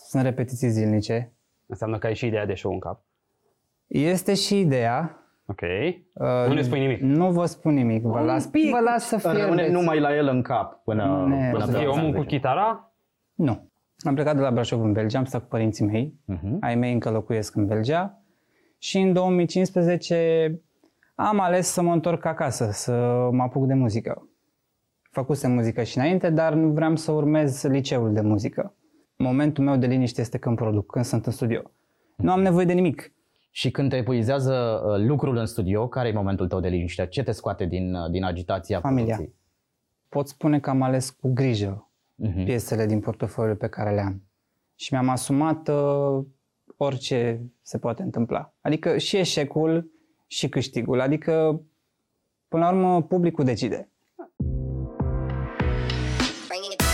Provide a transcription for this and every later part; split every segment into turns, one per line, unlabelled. sunt repetiții zilnice.
Înseamnă că ai și ideea de show în cap.
Este și ideea.
Ok.
uh,
nu ne spui nimic.
Nu vă spun nimic, vă
Un
las,
pic.
vă las să
Rămâne
fie.
numai la el în cap până...
Ne-
până
O să
da,
fie
pe
omul cu
18.
chitara?
Nu. Am plecat de la Brașov în Belgia, am stat cu părinții mei.
Mhm.
Ai mei încă locuiesc în Belgia. Și în 2015 am ales să mă întorc acasă, să mă apuc de muzică. Făcusem muzică și înainte, dar nu vreau să urmez liceul de muzică. Momentul meu de liniște este când produc, când sunt în studio. Nu am nevoie de nimic.
Și când te epuizează uh, lucrul în studio, care e momentul tău de liniște? Ce te scoate din, uh, din agitația
Familia.
producției?
Pot spune că am ales cu grijă
Mhm.
piesele din portofoliul pe care le am. Și mi-am asumat uh, orice se poate întâmpla. Adică și eșecul și câștigul. Adică, până la urmă, publicul decide.
Bringing it back. Bringing it back.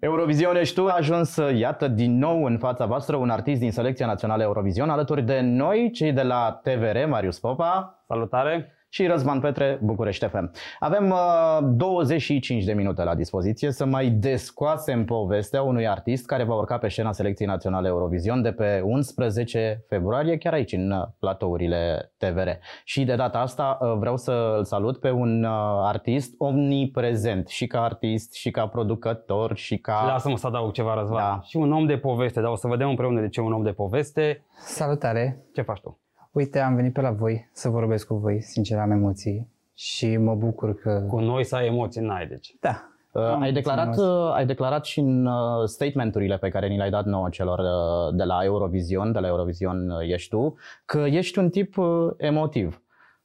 Eurovision ești tu, a ajuns uh, iată din nou în fața voastră un artist din selecția națională Eurovision alături de noi, cei de la TVR, Marius Popa
Salutare!
și Răzvan Petre, București FM. Avem uh, 25 de minute la dispoziție să mai descoasem povestea unui artist care va urca pe scena selecției naționale Eurovision de pe 11 februarie, chiar aici în uh, platourile TVR. Și de data asta uh, vreau să îl salut pe un uh, artist omniprezent și ca artist, și ca producător, și ca...
Lasă-mă să adaug ceva, Răzvan.
Da.
Și un om de poveste, dar o să vedem împreună de ce un om de poveste.
Salutare!
Ce faci tu?
Uite, am venit pe la voi să vorbesc cu voi. Sincer, am emoții și mă bucur că...
Cu noi să ai emoții, n-ai deci.
Da,
Uh,
Am
ai, declarat,
mulțumit.
uh, ai declarat și în uh, statementurile pe care ni le-ai dat nouă celor uh, de la Eurovision, de la Eurovision uh, ești tu, că ești un tip uh, emotiv.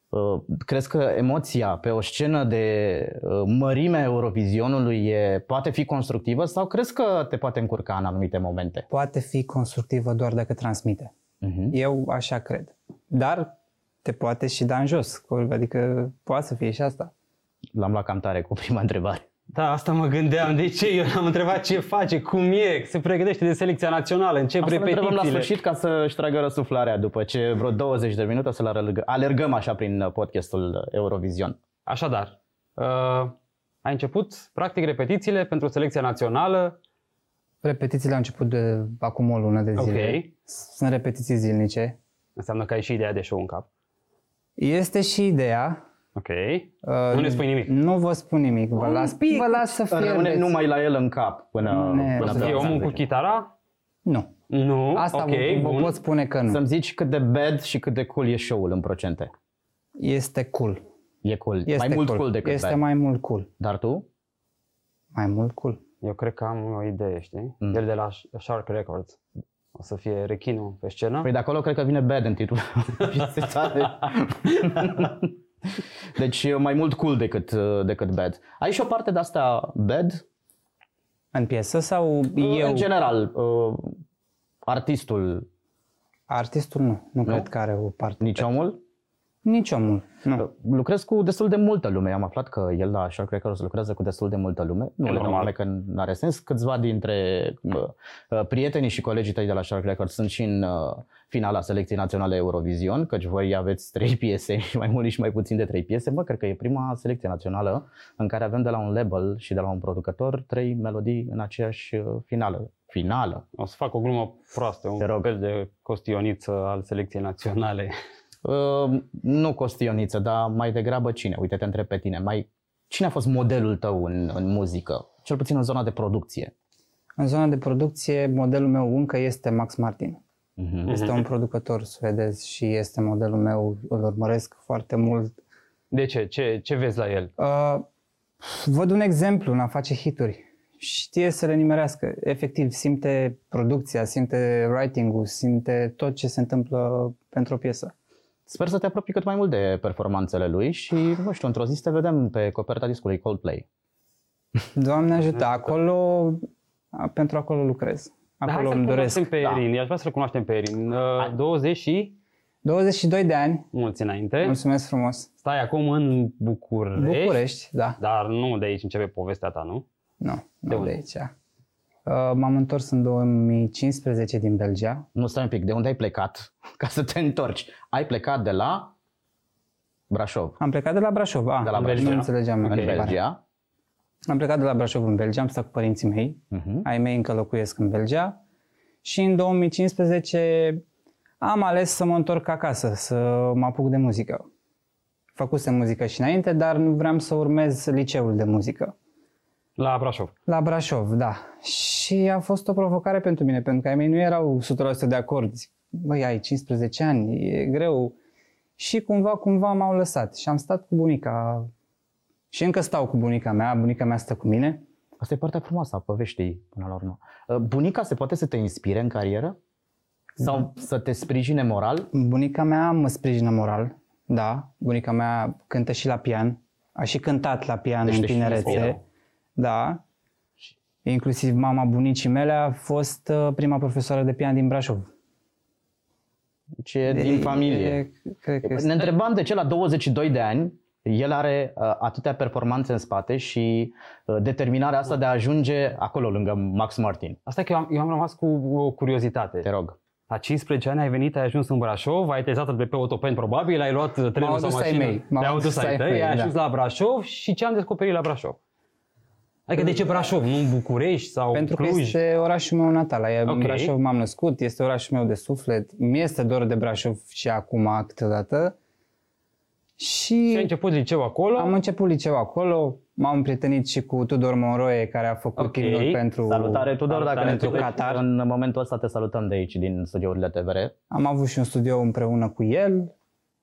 Uh, crezi că emoția pe o scenă de uh, mărime Eurovisionului e, poate fi constructivă sau crezi că te poate încurca în anumite momente?
poate fi constructivă doar dacă transmite.
Uh-huh.
Eu așa cred. Dar te poate și da în jos. Adică poate să fie și asta.
L-am luat cam tare cu prima întrebare.
Da, asta mă gândeam. De ce? Eu l-am întrebat ce face, cum e, se pregătește de selecția națională, încep
Asta ne întrebăm la
repetițiile.
sfârșit ca să-și tragă răsuflarea după ce vreo 20 de minute o să-l alerg- alergăm așa prin uh, podcastul Eurovision.
Așadar, uh, ai început practic repetițiile pentru selecția națională.
Repetițiile au început de acum o lună de zile.
Ok.
Sunt repetiții zilnice.
Înseamnă că ai și ideea de show în cap.
Este și ideea.
Ok.
uh,
Nu ne spui nimic.
Nu vă spun nimic. Vă
Un
las,
pic.
vă las să
Rămâne
fie.
numai la el în cap până,
Ne-
O
până
Să
să
pe
fie
la
omul cu
18.
chitara?
Nu.
Nu.
Asta
ok,
okay, vă, vă
bun.
pot spune că nu.
Să-mi zici cât de bad și cât de cool e show-ul în procente.
Este cool.
E cool.
Este
mai mult cool, decât
Este
bad.
mai mult cool.
Dar tu?
Mai mult cool.
Eu cred că am o idee, știi?
Mm.
El de la Sh- Shark Records. O să fie rechinul pe scenă.
Păi de acolo cred că vine bad în titlu. Pieței tale. deci mai mult cool decât, decât bad. Ai și o parte de asta bad?
În piesă sau eu?
În general, uh, artistul,
Artistul nu. Nu cred că are o parte.
nici omul?
Nici omul. Nu.
Lucrez cu destul de multă lume. Am aflat că el la Shark Records lucrează cu destul de multă lume. Nu
E
le dăm
normal.
nume că nu are sens. Câțiva dintre bă, uh, prietenii și colegii tăi de la Shark Records sunt și în uh, finala selecției naționale Eurovision, căci voi aveți trei piese, și mai mult și mai puțin de trei piese. Mă, cred că e prima selecție națională în care avem de la un label și de la un producător trei melodii în aceeași uh, finală. Finală.
O să fac o glumă proastă,
Te
un
rog.
fel de costioniță al selecției naționale.
Uh, nu Costioniță, dar mai degrabă cine? Uite, te întreb pe tine. Mai... Cine a fost modelul tău în, în muzică? Cel puțin în zona de producție.
În zona de producție, modelul meu încă este Max Martin.
Mm-hmm.
Este un producător suedez și este modelul meu. Îl urmăresc foarte mult.
De ce? Ce, ce vezi la el?
Uh, văd un exemplu în a face hituri. Știe să le nimerească. Efectiv, simte producția, simte writing-ul, simte tot ce se întâmplă pentru o piesă.
Sper să te apropii cât mai mult de performanțele lui și, nu știu, într-o zi să te vedem pe coperta discului Coldplay.
Doamne ajută, acolo, a, pentru acolo lucrez.
Dar
Acolo
Da, hai
îmi
să-l
doresc.
cunoaștem pe
da.
Erin. Aș vrea să-l cunoaștem pe Erin. Uh, 20 și
22 de ani,
mulți înainte.
mulțumesc frumos.
Stai acum în București.
București, da.
Dar nu de aici începe povestea ta, nu?
Nu, nu de,
unde?
aici. Uh, Uh, M-am întors în 2015 din Belgia,
Nu stai un pic, de unde ai plecat ca să te întorci? Ai plecat de la Brașov,
am plecat de la Brașov. Ah,
De la
nu
Belgia.
înțelegeam eu
în
întrebarea.
Belgia.
Am plecat de la Brașov în Belgia, am stat cu părinții mei.
Mhm.
Ai mei încă locuiesc în Belgia. Și în 2015 am ales să mă întorc acasă, să mă apuc de muzică. Făcusem muzică și înainte, dar nu vreau să urmez liceul de muzică.
La Brașov.
La Brașov, da. Și a fost o provocare pentru mine, pentru că ai mei nu erau 100% de acord. Zic, Băi, ai 15 ani, e greu. Și cumva, cumva m-au lăsat. Și am stat cu bunica. Și încă stau cu bunica mea, bunica mea stă cu mine.
Asta e partea frumoasă a poveștii, până la urmă. Uh, Bunica se poate să te inspire în carieră? Sau să te sprijine moral?
Bunica mea mă sprijină moral, da. Bunica mea cântă și la pian. A și cântat la pian
Deci
în
te și inspiră.
tinerețe. Da. Inclusiv mama bunicii mele a fost uh, prima profesoară de pian din Brașov.
Deci e din
E-
familie.
e- Cred că
Ne întrebam de ce la 22 de ani el are uh, atâtea performanțe în spate și uh, determinarea asta de a ajunge acolo lângă Max Martin.
Asta e că eu am, eu am rămas cu o curiozitate.
Te rog.
La 15 ani ai venit, ai ajuns în Brașov, ai testat pe pe autopen probabil, ai luat uh, trenul sau
adus ai
mașină,
mei. M-au
te-au
adus
dus ai
ai
tăi,
mei,
ai
da.
ajuns la Brașov și ce am descoperit la Brașov? Adică de ce Brașov, nu București sau
Pentru
Cluj?
că este orașul meu natal. Aia
Ok.
În Brașov m-am născut, este orașul meu de suflet. Mi este dor de Brașov și acum câteodată.
Și
Și
ai început liceu acolo,
am început liceu acolo, m-am împrietenit și cu Tudor Monroe, care a făcut
Ok.
okay. clipuri pentru...
Salutare Tudor,
Salutare,
dacă ne
Tudor.
întâlnim Qatar. În momentul ăsta te salutăm de aici, din studiourile TVR.
Am avut și un studio împreună cu el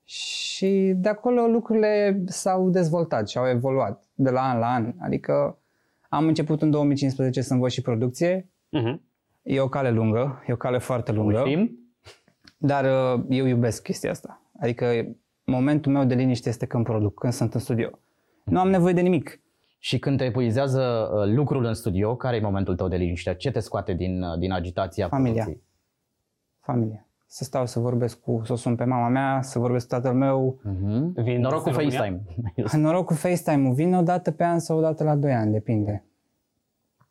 și de acolo lucrurile s-au dezvoltat și au evoluat de la an la an. Adică am început în 2015 să învăț și producție.
Mhm.
E o cale lungă, e o cale foarte lungă.
Știm?
Dar uh, eu iubesc chestia asta. Adică momentul meu de liniște este când produc, când sunt în studio. Nu am nevoie de nimic.
Și când te epuizează uh, lucrul în studio, care e momentul tău de liniște? Ce te scoate din, uh, din agitația
Familia.
producției?
Familie. Să stau să vorbesc cu, să o sun pe mama mea, să vorbesc cu tatăl meu.
Mhm.
Vin
Noroc cu
în România?
FaceTime.
Noroc cu FaceTime-ul vine o dată pe an sau o dată la 2 ani, depinde.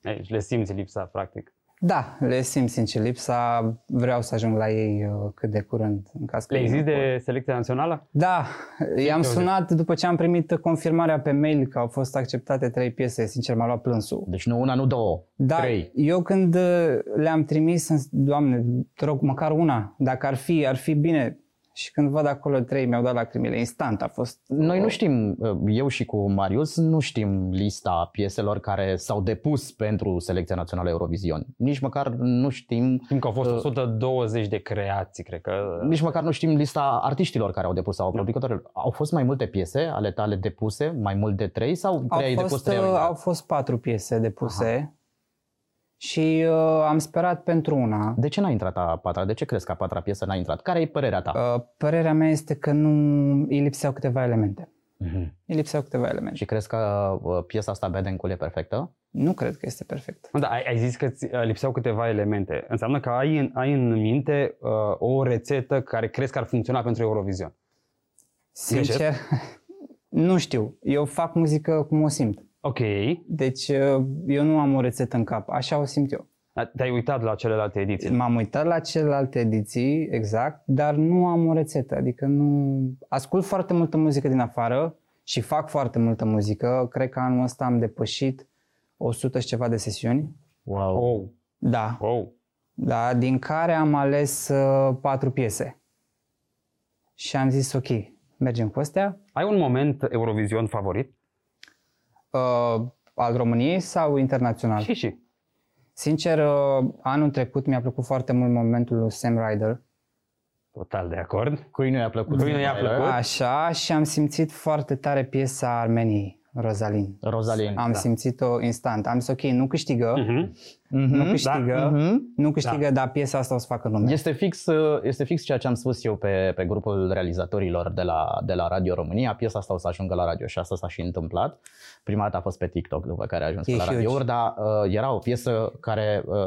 Ei, Deci le simți lipsa, practic.
Da, le simt sincer lipsa, vreau să ajung la ei uh, cât de curând. În caz că
Le
nu
exist
pot.
de selecția națională?
Da, i-am
te-au zis?
sunat după ce am primit confirmarea pe mail că au fost acceptate trei piese, sincer m-a luat plânsul.
Deci nu una, nu două,
Da,
trei.
eu când uh, le-am trimis, am zis, Doamne, te rog, măcar una, dacă ar fi, ar fi bine. Și când văd acolo trei, mi-au dat lacrimile, instant a fost.
Noi nu știm, uh, eu și cu Marius, nu știm lista pieselor care s-au depus pentru selecția națională Eurovision. Nici măcar nu știm
Știm că au fost
Uh,
120 de creații, cred că.
nici măcar nu știm lista artiștilor care au depus
Da.
sau producătorilor. Au fost mai multe piese ale tale depuse, mai mult de trei sau trei
Au
ai depus
fost,
trei?
uh,
ori?
au fost patru piese depuse și uh, am sperat pentru una.
De ce n-a intrat a patra? De ce crezi că a patra piesă n-a intrat? Care e părerea ta?
Uh, Părerea mea este că nu îi lipseau câteva elemente.
Mhm.
Îi lipseau câteva elemente.
Și crezi că uh, piesa asta Bedencul e perfectă?
Nu cred că este perfect.
Da, ai, ai zis că ți uh, lipseau câteva elemente. Înseamnă că ai în, ai în minte uh, o rețetă care crezi că ar funcționa pentru Eurovision.
Sincer, nu știu. Eu fac muzică cum o simt.
Ok.
Deci uh, eu nu am o rețetă în cap. Așa o simt eu.
Dar Te-ai uitat la celelalte ediții.
M-am uitat la celelalte ediții, exact, dar nu am o rețetă. Adică nu... Ascult foarte multă muzică din afară și fac foarte multă muzică. Cred că anul ăsta am depășit 100 și ceva de sesiuni.
Wow.
Wow,
Da,
wow.
da, din care am ales uh, patru piese. Și am zis, ok, mergem cu astea.
Ai un moment Eurovision favorit?
Uh, al României sau
Da.
internațional?
Și și.
Sincer, uh, anul trecut mi-a plăcut foarte mult momentul lui Sam Ryder.
Total de acord.
Cui nu i-a plăcut?
Cui nu i-a plăcut?
Așa, și am simțit foarte tare piesa Armeniei, Rosalin.
Rosalin.
Am simțit-o instant. Am zis, ok, nu câștigă,
Mhm.
nu câștigă,
Mhm.
nu câștigă, dar piesa asta o să facă
Da.
nume.
Este fix, uh, este fix ceea ce am spus eu pe, pe grupul realizatorilor de la, de la Radio România. Piesa asta o să ajungă la radio și asta s-a și întâmplat. Prima dată a fost pe TikTok, după care a ajuns
E
la
huge.
radiouri, dar uh, era o piesă care uh,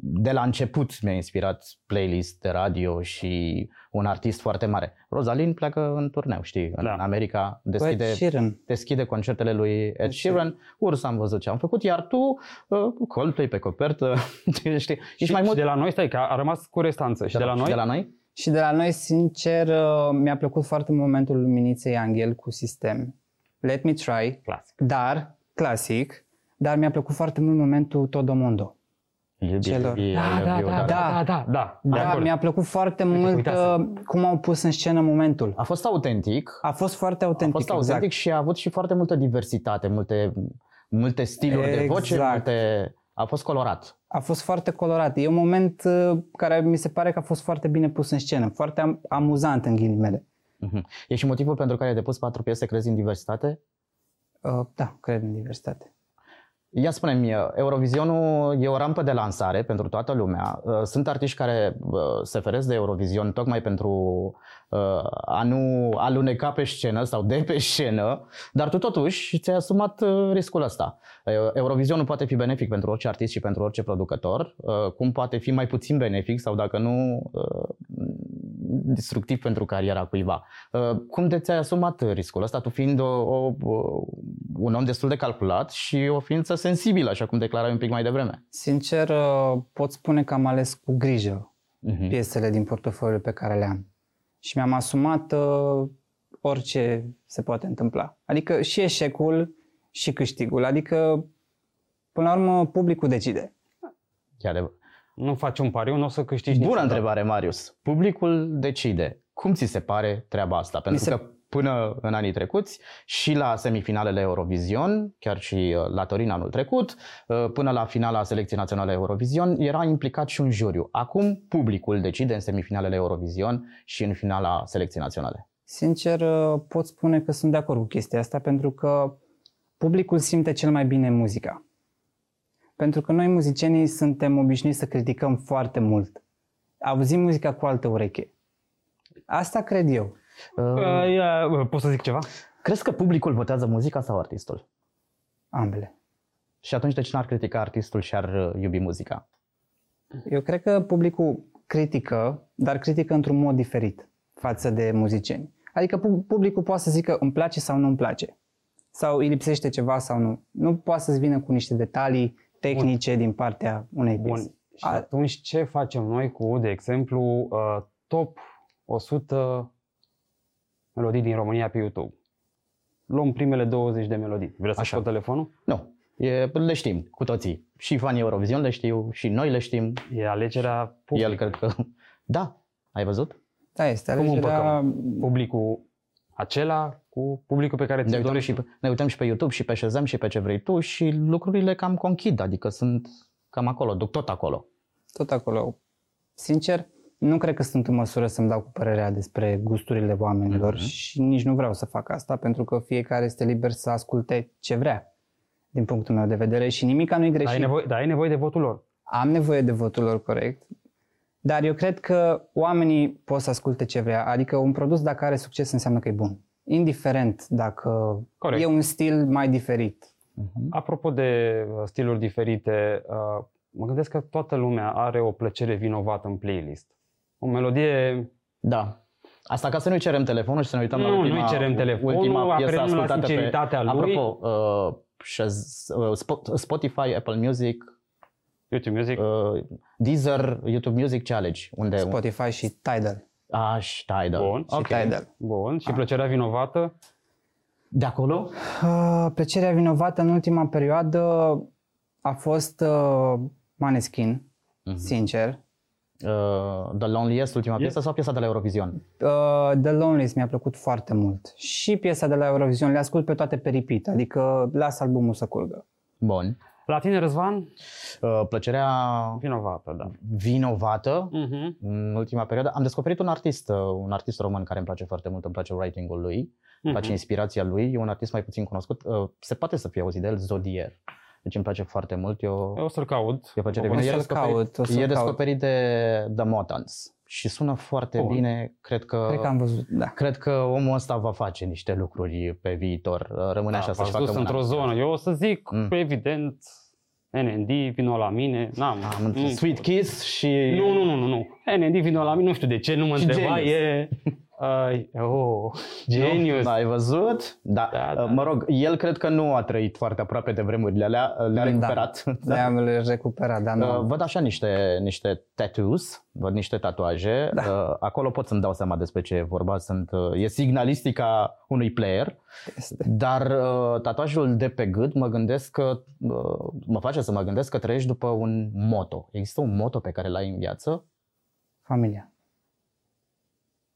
de la început mi-a inspirat playlist de radio și un artist foarte mare. Rosalin pleacă în turneu, știi, în
Da.
America,
Bă,
deschide
Sheeran.
deschide concertele lui Ed Sheeran, Urs am văzut ce am făcut, iar tu, uh, Coldplay pe copertă, concert, știi, ești
Și,
mai mult Da,
și de la noi, stai, că a a rămas cu restanță. Și de la noi,
De la noi?
Și de la noi, sincer, uh, mi-a plăcut foarte mult momentul Luminiței Anghel cu sistem. Let me try,
clasic.
dar, clasic, dar mi-a plăcut foarte mult momentul Todomondo. Celor.
Iubi, I love you,
da, da,
da, da, de
Da,
acord.
mi-a plăcut foarte mult
uitasem.
uh, cum au pus în scenă momentul.
A fost autentic,
A fost foarte
a
autentic.
fost autentic
exact.
și a avut și foarte multă diversitate, multe, multe stiluri de voce,
Exact.
multe... a fost colorat.
A fost foarte colorat. E un moment uh, care mi se pare că a fost foarte bine pus în scenă, foarte am- amuzant în ghilimele.
Mhm. E și motivul pentru care ai depus patru piese, crezi, în diversitate?
Uh, da, cred în diversitate.
Ia spune-mi, Eurovizionul e o rampă de lansare pentru toată lumea. Uh, Sunt artiști care uh, se feresc de Eurovision tocmai pentru uh, a nu aluneca pe scenă sau de pe scenă, dar tu totuși ți-ai asumat uh, riscul ăsta. Uh, Eurovisionul poate fi benefic pentru orice artist și pentru orice producător, uh, cum poate fi mai puțin benefic sau dacă nu uh, destructiv pentru cariera cuiva. Uh, Cum de ți-ai asumat riscul ăsta, tu fiind o, o, o- un om destul de calculat și o ființă sensibilă, așa cum declarai un pic mai devreme?
Sincer, uh, pot spune că am ales cu grijă
Uh-huh.
piesele din portofoliul pe care le am. Și mi-am asumat uh, orice se poate întâmpla. Adică și eșecul și câștigul. Adică, până la urmă, publicul decide.
Nu faci un pariu, nu o să câștigi
Bună
niciodată.
întrebare, Marius. Publicul decide. Cum ți se pare treaba asta? Pentru
Mi se-
că până în anii trecuți și la semifinalele Eurovision, chiar și uh, la Torin anul trecut, uh, până la finala selecției naționale Eurovision, era implicat și un juriu. Acum publicul decide în semifinalele Eurovision și în finala selecției naționale.
Sincer, uh, pot spune că sunt de acord cu chestia asta pentru că publicul simte cel mai bine muzica. Pentru că noi muzicienii suntem obișnuiți să criticăm foarte mult. Auzim muzica cu altă ureche. Asta cred eu.
Uh, ia, uh, pot să zic ceva?
Crezi că publicul votează muzica sau artistul?
Ambele.
Și atunci de ce n-ar critica artistul și ar uh, iubi muzica?
Eu cred că publicul critică, dar critică într-un mod diferit față de muzicieni. Adică pu- publicul poate să zică îmi place sau nu îmi place. Sau îi lipsește ceva sau nu. Nu poate să-ți vină cu niște detalii tehnice Bun. din partea unei
Bun.
piese.
Și
A-
atunci ce facem noi cu, de exemplu, uh, top 100 melodii din România pe YouTube? Luăm primele 20 de melodii. Vreți să
Așa.
scot telefonul?
Nu, e, le știm cu toții. Și fanii Eurovision le știu, și noi le știm.
E alegerea publicului.
El cred că... Da, ai văzut?
Da, este
Cum
alegerea...
Publicul acela cu publicul pe care
Ne
ți-l
uităm,
dorești.
și, pe- ne uităm și pe YouTube și pe Shazam și pe ce vrei tu și lucrurile cam conchid, adică sunt cam acolo, duc tot acolo.
Tot acolo. Sincer, nu cred că sunt în măsură să-mi dau cu părerea despre gusturile oamenilor
Mhm.
și nici nu vreau să fac asta, pentru că fiecare este liber să asculte ce vrea, din punctul meu de vedere, și nimica nu-i
Dar ai,
greșit.
nevoie, dar ai nevoie de votul lor.
am nevoie de votul lor corect, dar eu cred că oamenii pot să asculte ce vrea. Adică un produs dacă are succes înseamnă că e bun. Indiferent dacă
Corect.
e un stil mai diferit.
Apropo de uh, stiluri diferite, uh, mă gândesc că toată lumea are o plăcere vinovată în playlist. O melodie
Da. Asta ca să nu-i cerem telefonul și să ne uităm la
Nu,
ultima,
nu-i cerem telefonul,
ultima piesă
apelăm la
ascultată
sinceritatea
pe...
lui.
Apropo, uh, Shaz- uh, Spot- Spotify, Apple Music,
YouTube Music.
uh, Deezer, YouTube Music, ce alegi? Unde?
Spotify și Tidal.
Ah, și Tidal.
Bun.
Și
Ok.
Tidal.
Bun.
Ah.
Și plăcerea vinovată.
De acolo?
Uh, plăcerea vinovată în ultima perioadă a fost uh, Maneskin,
Mhm.
sincer.
Uh, The Loneliest, ultima piesă sau piesa de la Eurovision?
Uh, The Loneliest mi-a plăcut foarte mult. Și piesa de la Eurovision le ascult pe toate pe repeat, adică las albumul să curgă.
Bun.
La tine, Răzvan?
Uh, plăcerea
Vinovată, da.
vinovată
Uh-huh.
în ultima perioadă. Am descoperit un artist, uh, un artist român care îmi place foarte mult, îmi place writing-ul lui, îmi
mhm.
Mhm.
place inspirația lui, e un artist mai puțin cunoscut, uh, se poate să fie auzit de el, Zodier. Deci îmi place foarte mult, eu
Eu o să-l caut.
E plăcere
O
bine.
să-l
E descoperit-
caut, o să-l
E
caut.
descoperit de The Motans și sună foarte
Bun.
bine. Cred că,
Cred că am văzut, da.
cred că omul ăsta va face niște lucruri pe viitor. Rămâne
Da,
așa să-și
v-ați
facă
dus
mâna.
într-o zonă. Eu o să zic,
Mm.
evident, NND, vino la mine. N-am. Mm.
Am
Mm.
nu.
înțeles. Sweet Kiss și...
Nu, nu, nu, nu, nu. NND vino la mine, nu știu de ce, nu mă
Și
întreba,
Genius.
e... Ai, oh, genius.
Da, ai văzut? Da.
Da, da.
Mă rog, el cred că nu a trăit foarte aproape de vremurile alea, le-a recuperat.
Da. Le-am le recuperat, dar
Uh,
nu.
Văd așa niște, niște tattoos, văd niște tatuaje. Da. Acolo pot să-mi dau seama despre ce e vorba. Sunt, uh, e signalistica unui player,
Este.
dar uh, tatuajul de pe gât mă gândesc că uh, mă face să mă gândesc că trăiești după un moto. Există un moto pe care l-ai în viață?
Familia.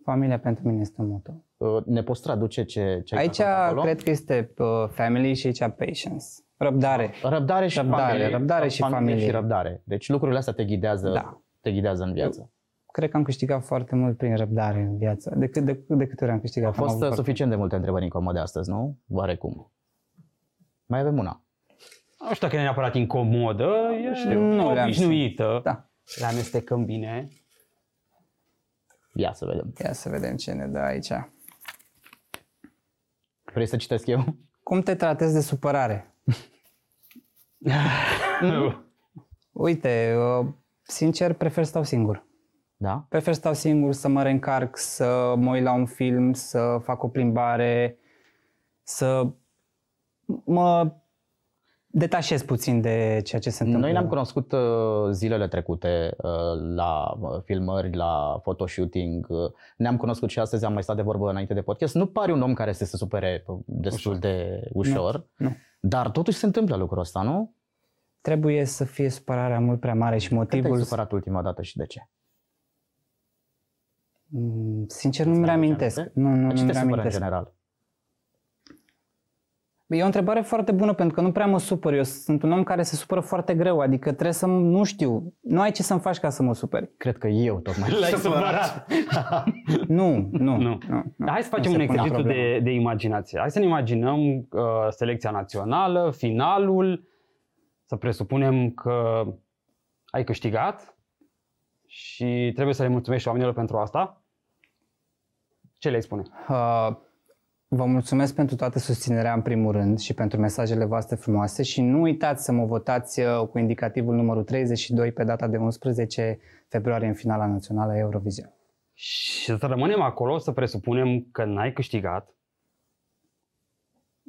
Familia pentru mine este un moto.
Uh, Ne poți traduce ce, ce ai
Aici
tatuat acolo?
cred că este uh, family și aici patience. Răbdare.
Răbdare și
Răbdare,
familie.
răbdare și familie.
și răbdare. Deci lucrurile astea te ghidează,
Da.
te ghidează în viață.
Cred că am câștigat foarte mult prin răbdare în viață. De, cât, de, de câte ori am câștigat?
Au
am
fost
avut
uh, suficient de multe întrebări incomode astăzi, nu? Oarecum. Mai avem una.
Nu știu dacă e neapărat incomodă, e
știu.
nu
Nu le-am
obișnuită.
Da.
Le amestecăm bine.
Ia să vedem.
Ia să vedem ce ne dă aici.
Vrei să citesc eu?
Cum te tratezi de supărare? Uite, uh, sincer, prefer să stau singur.
Da?
Prefer să stau singur, să mă reîncarc, să mă uit la un film, să fac o plimbare, să mă detașez puțin de ceea ce se întâmplă.
Noi ne-am cunoscut uh, zilele trecute uh, la uh, filmări, la photoshooting. uh, Ne-am cunoscut și astăzi, am mai stat de vorbă înainte de podcast. Nu pari un om care să se supere uh, destul de ușor,
Nu.
dar totuși se întâmplă lucrul ăsta, nu?
Trebuie să fie supărarea mult prea mare și
Când te-ai
motivul...
supărat ultima dată și de ce?
Mm, Sincer, nu
Îți
mi
aduce
reamintesc.
aminte?
Nu, nu,
Dar
nu
ce
mi
te supără în
reamintesc. Păi
general?
E o întrebare foarte bună pentru că nu prea mă supăr. Eu sunt un om care se supără foarte greu, adică trebuie să nu știu. Nu ai ce să-mi faci ca să mă superi.
Cred că eu tocmai.
L-ai supărat.
Nu, nu.
Nu.
nu.
Hai să facem
Da. Nu se pune
un exercițiu
problemă.
de, de imaginație. Hai să ne imaginăm uh, selecția națională, finalul, să presupunem că ai câștigat și trebuie să le mulțumești oamenilor pentru asta. Ce le spune?
Uh, vă mulțumesc pentru toată susținerea în primul rând și pentru mesajele voastre frumoase și nu uitați să mă votați uh, cu indicativul numărul 32 pe data de 11 februarie în finala națională a Eurovision.
Și să rămânem acolo, să presupunem că n-ai câștigat.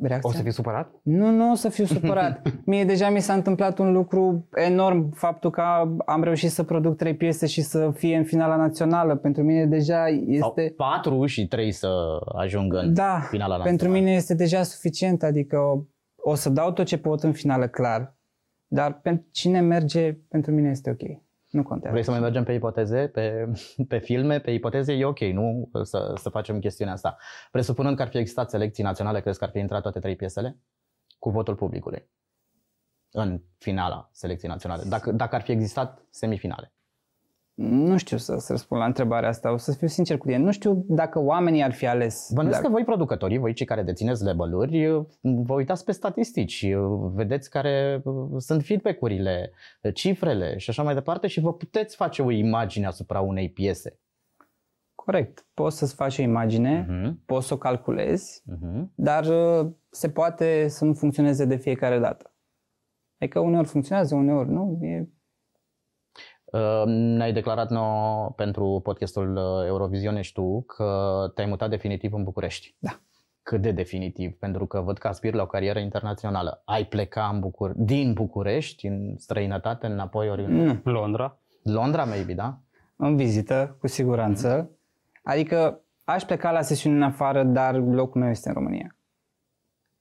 Reacția?
O să fii supărat?
Nu, nu o să fiu supărat. Mie deja mi s-a întâmplat un lucru enorm, faptul că am reușit să produc trei piese și să fie în finala națională. Pentru mine deja este...
Este... 4 și 3 să ajungă în
Da,
finala la
pentru
națională.
mine este deja suficient, adică o, o să dau tot ce pot în finală, clar, dar pentru cine merge, pentru mine este ok. Nu contează.
Vrei să mai mergem pe ipoteze, pe, pe filme, pe ipoteze? E ok, nu? Să, să facem chestiunea asta. Presupunând că ar fi existat selecții naționale, crezi că ar fi intrat toate trei piesele? Cu votul publicului. În finala selecției naționale. Dacă, dacă ar fi existat semifinale.
Nu știu să, să răspund la întrebarea asta, o să fiu sincer cu tine. Nu știu dacă oamenii ar fi ales.
Bănuiesc
dacă-
că voi producătorii, voi cei care dețineți label-uri, vă uitați pe statistici, vedeți care uh, sunt feedback-urile, uh, cifrele și așa mai departe și vă puteți face o imagine asupra unei piese.
Corect, poți să-ți faci o imagine,
Mhm,
poți să o calculezi,
mhm.
dar uh, se poate să nu funcționeze de fiecare dată. Adică uneori funcționează, uneori nu. E...
Uh, Ne-ai declarat nouă pentru podcastul uh, Eurovision ești tu că te-ai mutat definitiv în București.
Da.
Cât de definitiv? Pentru că văd că aspiri la o carieră internațională. Ai pleca în Bucur- din București, în străinătate, înapoi ori în
Nu.
Londra.
Londra, maybe, da?
În vizită, cu siguranță. Adică aș pleca la sesiuni în afară, dar locul meu este în România.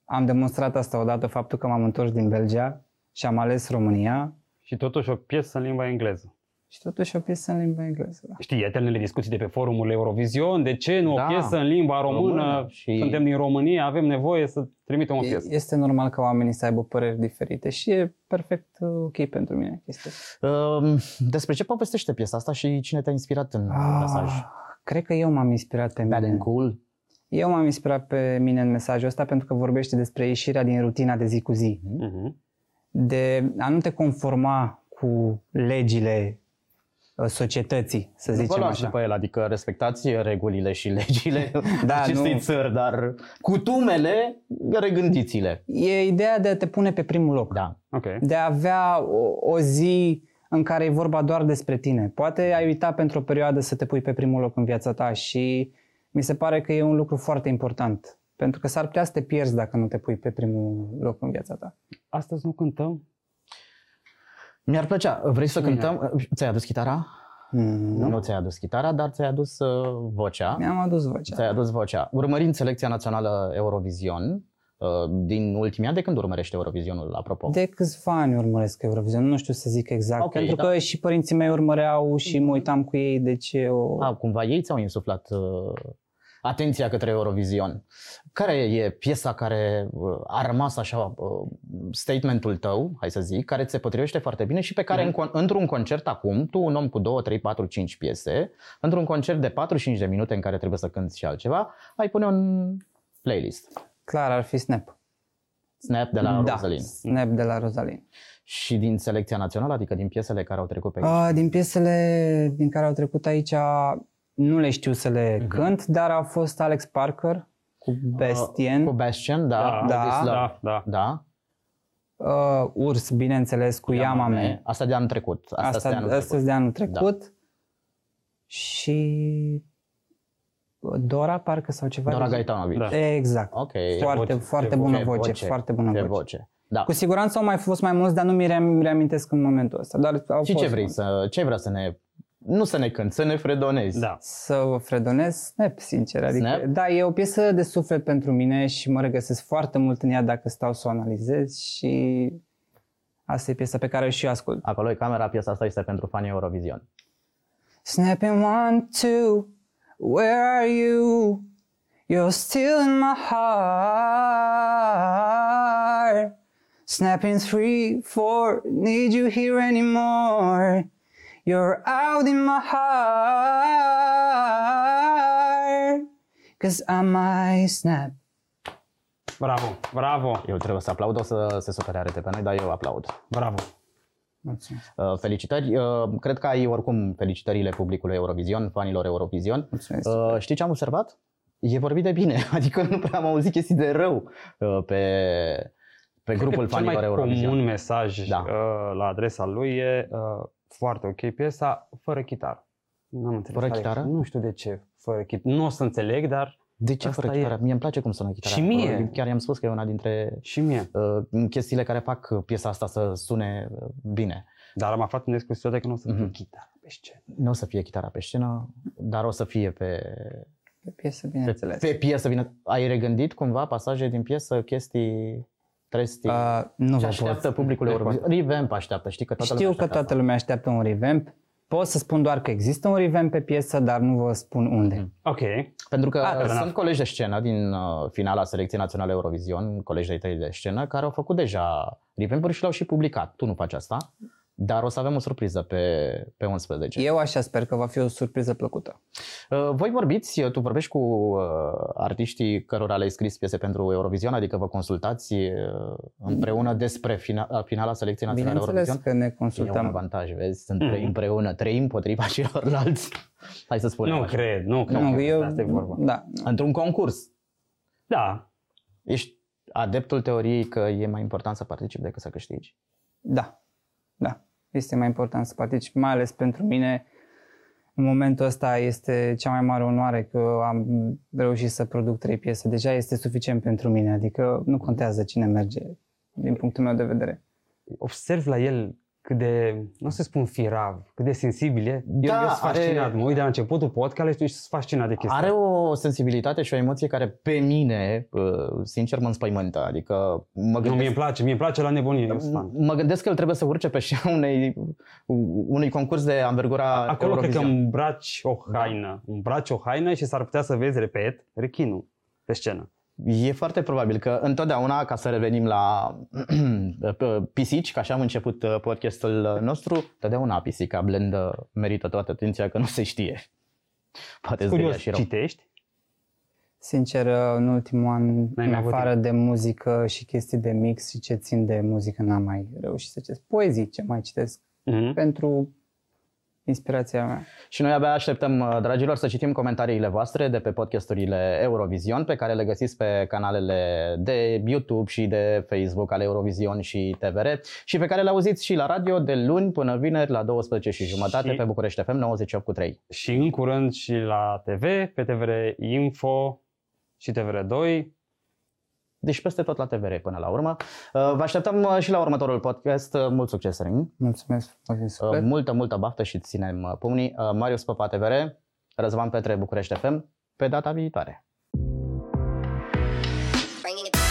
Am demonstrat asta odată, faptul că m-am întors din Belgia și am ales România
Și totuși o piesă în limba engleză.
și totuși o piesă în limba engleză. Da.
Știi, eternele discuții de pe forumul Eurovision, de ce nu
Da.
o piesă în limba română?
Română și-
și... Suntem din România, avem nevoie să trimitem o
E-
piesă.
Este normal ca oamenii să aibă păreri diferite și e perfect uh, ok pentru mine chestia asta.
Um, Despre ce povestește piesa asta și cine te-a inspirat în mesaj?
Ah, Cred că eu m-am inspirat
Da,
pe
Bad
mine.
and cool?
Eu m-am inspirat pe mine în mesajul ăsta pentru că vorbește despre ieșirea din rutina de zi cu zi,
Mhm.
de a nu te conforma cu legile uh, societății, să
Nu vă
zicem
luați
așa.
după el, adică respectați regulile și legile
Da,
acestei
nu.
țări, dar cutumele, regândiți-le.
E ideea de a te pune pe primul loc,
Da.
Ok.
de a avea o, o zi în care e vorba doar despre tine. Poate ai uitat pentru o perioadă să te pui pe primul loc în viața ta și mi se pare că e un lucru foarte important. Pentru că s-ar putea să te pierzi dacă nu te pui pe primul loc în viața ta.
Astăzi nu cântăm?
Mi-ar plăcea. Vrei să
Bine.
cântăm? Ți-ai adus chitara?
Mm,
Nu, nu ți-ai adus chitara, dar ți-ai adus uh, vocea.
Mi-am adus vocea.
Ți-ai adus vocea. Urmărind selecția națională Eurovision, uh, din ultimii ani, de când urmărești Eurovisionul, apropo?
De câțiva ani urmăresc Eurovision, nu știu să zic exact,
Ok,
okay, pentru
da. Mhm.
da. că și părinții mei urmăreau și mă uitam cu ei, deci eu...
A, cumva ei ți-au insuflat uh, atenția către Eurovision. Care e piesa care uh, a rămas așa, uh, statementul tău, hai să zic, care ți se potrivește foarte bine și pe care în, con- într-un concert acum, tu un om cu 2, 3, 4, 5 piese, într-un concert de 45 de minute în care trebuie să cânti și altceva, ai pune un playlist.
clar ar fi Snap.
Snap de la
da,
Rosalyn.
Snap de la Rosalyn.
Și din selecția națională, adică din piesele care au trecut pe aici.
A, din piesele din care au trecut aici, nu le știu să le
Mhm. Ah,
cânt, dar a fost Alex Parker cu Bestien,
Cu
uh,
Bastion, da.
Da,
This Love.
da, da.
da.
Urs, bineînțeles, cu Yamame, Yamame.
Asta de anul trecut. Asta,
asta,
de anul trecut. Da.
astăzi de anul trecut, și Dora parcă sau ceva.
Dora
de-
Gaetanovic.
Da.
Exact.
Ok.
Foarte,
voce,
foarte
de
bună
de
voce, foarte bună
de
voce.
voce. Da.
Cu siguranță au mai fost mai mulți, dar nu mi ream- reamintesc în momentul ăsta. Dar au
și
fost
ce vrei să, ce vrea să ne, nu să ne cânti, să ne fredonezi.
da.
Să vă fredonez Snap, sincer. Adică,
Snap?
Da, e o piesă de suflet pentru mine și mă regăsesc foarte mult în ea dacă stau să o analizez și asta e piesa pe care și eu ascult.
Acolo e camera, piesa asta este pentru fanii Eurovision.
Snap in one, two, where are you? You're still in my heart. Snap in three, four, need you here anymore? You're out in my heart. Cause I might snap.
Bravo, bravo,
Eu trebuie să aplaud, o să se supere arete pe noi, dar eu aplaud.
bravo.
Mulțumesc.
Uh, Felicitări. Uh, Cred că ai oricum felicitările publicului Eurovision, fanilor Eurovision.
Mulțumesc.
Uh, Știi ce am observat? E vorbit de bine, adică nu prea am auzit chestii de rău uh, pe, pe grupul
Cred că
fanilor
cel mai
Eurovision.
comun mesaj
Da.
da. la adresa lui e uh, foarte ok piesa, fără chitară. Nu am înțeles
Fără
care-
chitară?
Nu știu de ce fără chitară. Nu o să înțeleg, dar
De ce
Asta
fără
e.
chitară? Mie îmi place cum sună chitara.
Și mie.
Uh, Chiar i-am spus că e una dintre
și mie.
uh, chestiile care fac uh, piesa asta să sune uh, bine.
Dar am aflat în exclusivitate că nu o să fie
Mhm.
chitară pe scenă.
Nu o să fie chitara pe scenă, dar o să fie pe,
Pe piesă,
pe,
bineînțeles.
pe piesă. Vine. Ai regândit cumva pasaje din piesă, chestii, trestii?
Uh, nu
ce
vă pot.
așteaptă publicul
Nu
Eurovision? Revamp așteaptă, știi că toată
Știu
lumea
că toată lumea așteaptă un revamp. Pot să spun doar că există un revamp pe piesă, dar nu vă spun unde.
Mhm.
Ok,
Pentru că
Ah,
A,
da, da.
sunt colegi de scenă din uh, finala Selecției Naționale Eurovision, colegi de tăi de scenă, care au făcut deja revamp și l-au și publicat. Tu nu faci asta, dar o să avem o surpriză pe, pe 11.
Eu așa sper că va fi o surpriză plăcută.
Uh, Voi vorbiți, tu vorbești cu uh, artiștii cărora le-ai scris piese pentru Eurovision, adică vă consultați uh,
Mm.
împreună despre fina- uh, finala Selecției Naționale
Bineînțeles
Eurovision?
că ne
E un
consultăm.
avantaj, vezi? Sunt
Mhm.
trei împreună, trei împotriva celorlalți. Hai să spunem
nu
așa.
cred, nu cred.
Nu,
că
eu,
Asta e vorba.
da,
Într-un concurs.
Da,
Ești adeptul teoriei că e mai important să participi decât să câștigi?
da, da. Este mai important să particip, mai ales pentru mine. În momentul ăsta este cea mai mare onoare că am reușit să produc trei piese. Deja este suficient pentru mine, adică nu contează cine merge, din punctul meu de vedere.
observ la el cât de, nu o să spun firav, cât de sensibil e. Eu
Da,
sunt
are-
fascinat, mă uit de la începutul podcastului și sunt fascinat de chestia
Are
asta.
o sensibilitate și o emoție care pe mine, uh, sincer, mă înspăimântă. Adică mă
Nu, mie
gândesc,
îmi place, mie îmi place la nebunie, eu sunt fan.
mă gândesc că el trebuie să urce pe șa unei, unui concurs de anvergura
Acolo cred că
Eurovision.
îmbraci o haină. Da. Îmbraci o haină și s-ar putea să vezi, repet, rechinul pe scenă.
E foarte probabil că întotdeauna, ca să revenim la pisici, că așa am început uh, podcastul nostru, întotdeauna pisica blendă merită toată atenția că nu se știe. Poate zgâria
Curios,
și rău.
citești?
Sincer, uh, în ultimul an,
mai
în
avut
afară de muzică și chestii de mix și ce
Mhm.
țin de muzică, n-am mai reușit să citesc. Poezii ce mai citesc
Mm-hmm.
pentru inspirația mea.
Și noi abia așteptăm, uh, dragilor, să citim comentariile voastre de pe podcasturile Eurovision, pe care le găsiți pe canalele de YouTube și de Facebook ale Eurovision și TVR și pe care le auziți și la radio de luni până vineri la 12 și jumătate
Și-
pe București FM 98 cu 3.
și în curând și la TV, pe TVR Info și TVR2.
Deci peste tot la TVR până la urmă. Uh, Vă așteptăm uh, și la următorul podcast. Uh, Mult succes, Rin!
Mulțumesc, a fost
Uh,
super.
Multă, multă baftă și ținem uh, pumnii. Uh, Marius Păpa TVR, Răzvan Petre București FM, pe data viitoare!
bringing it back.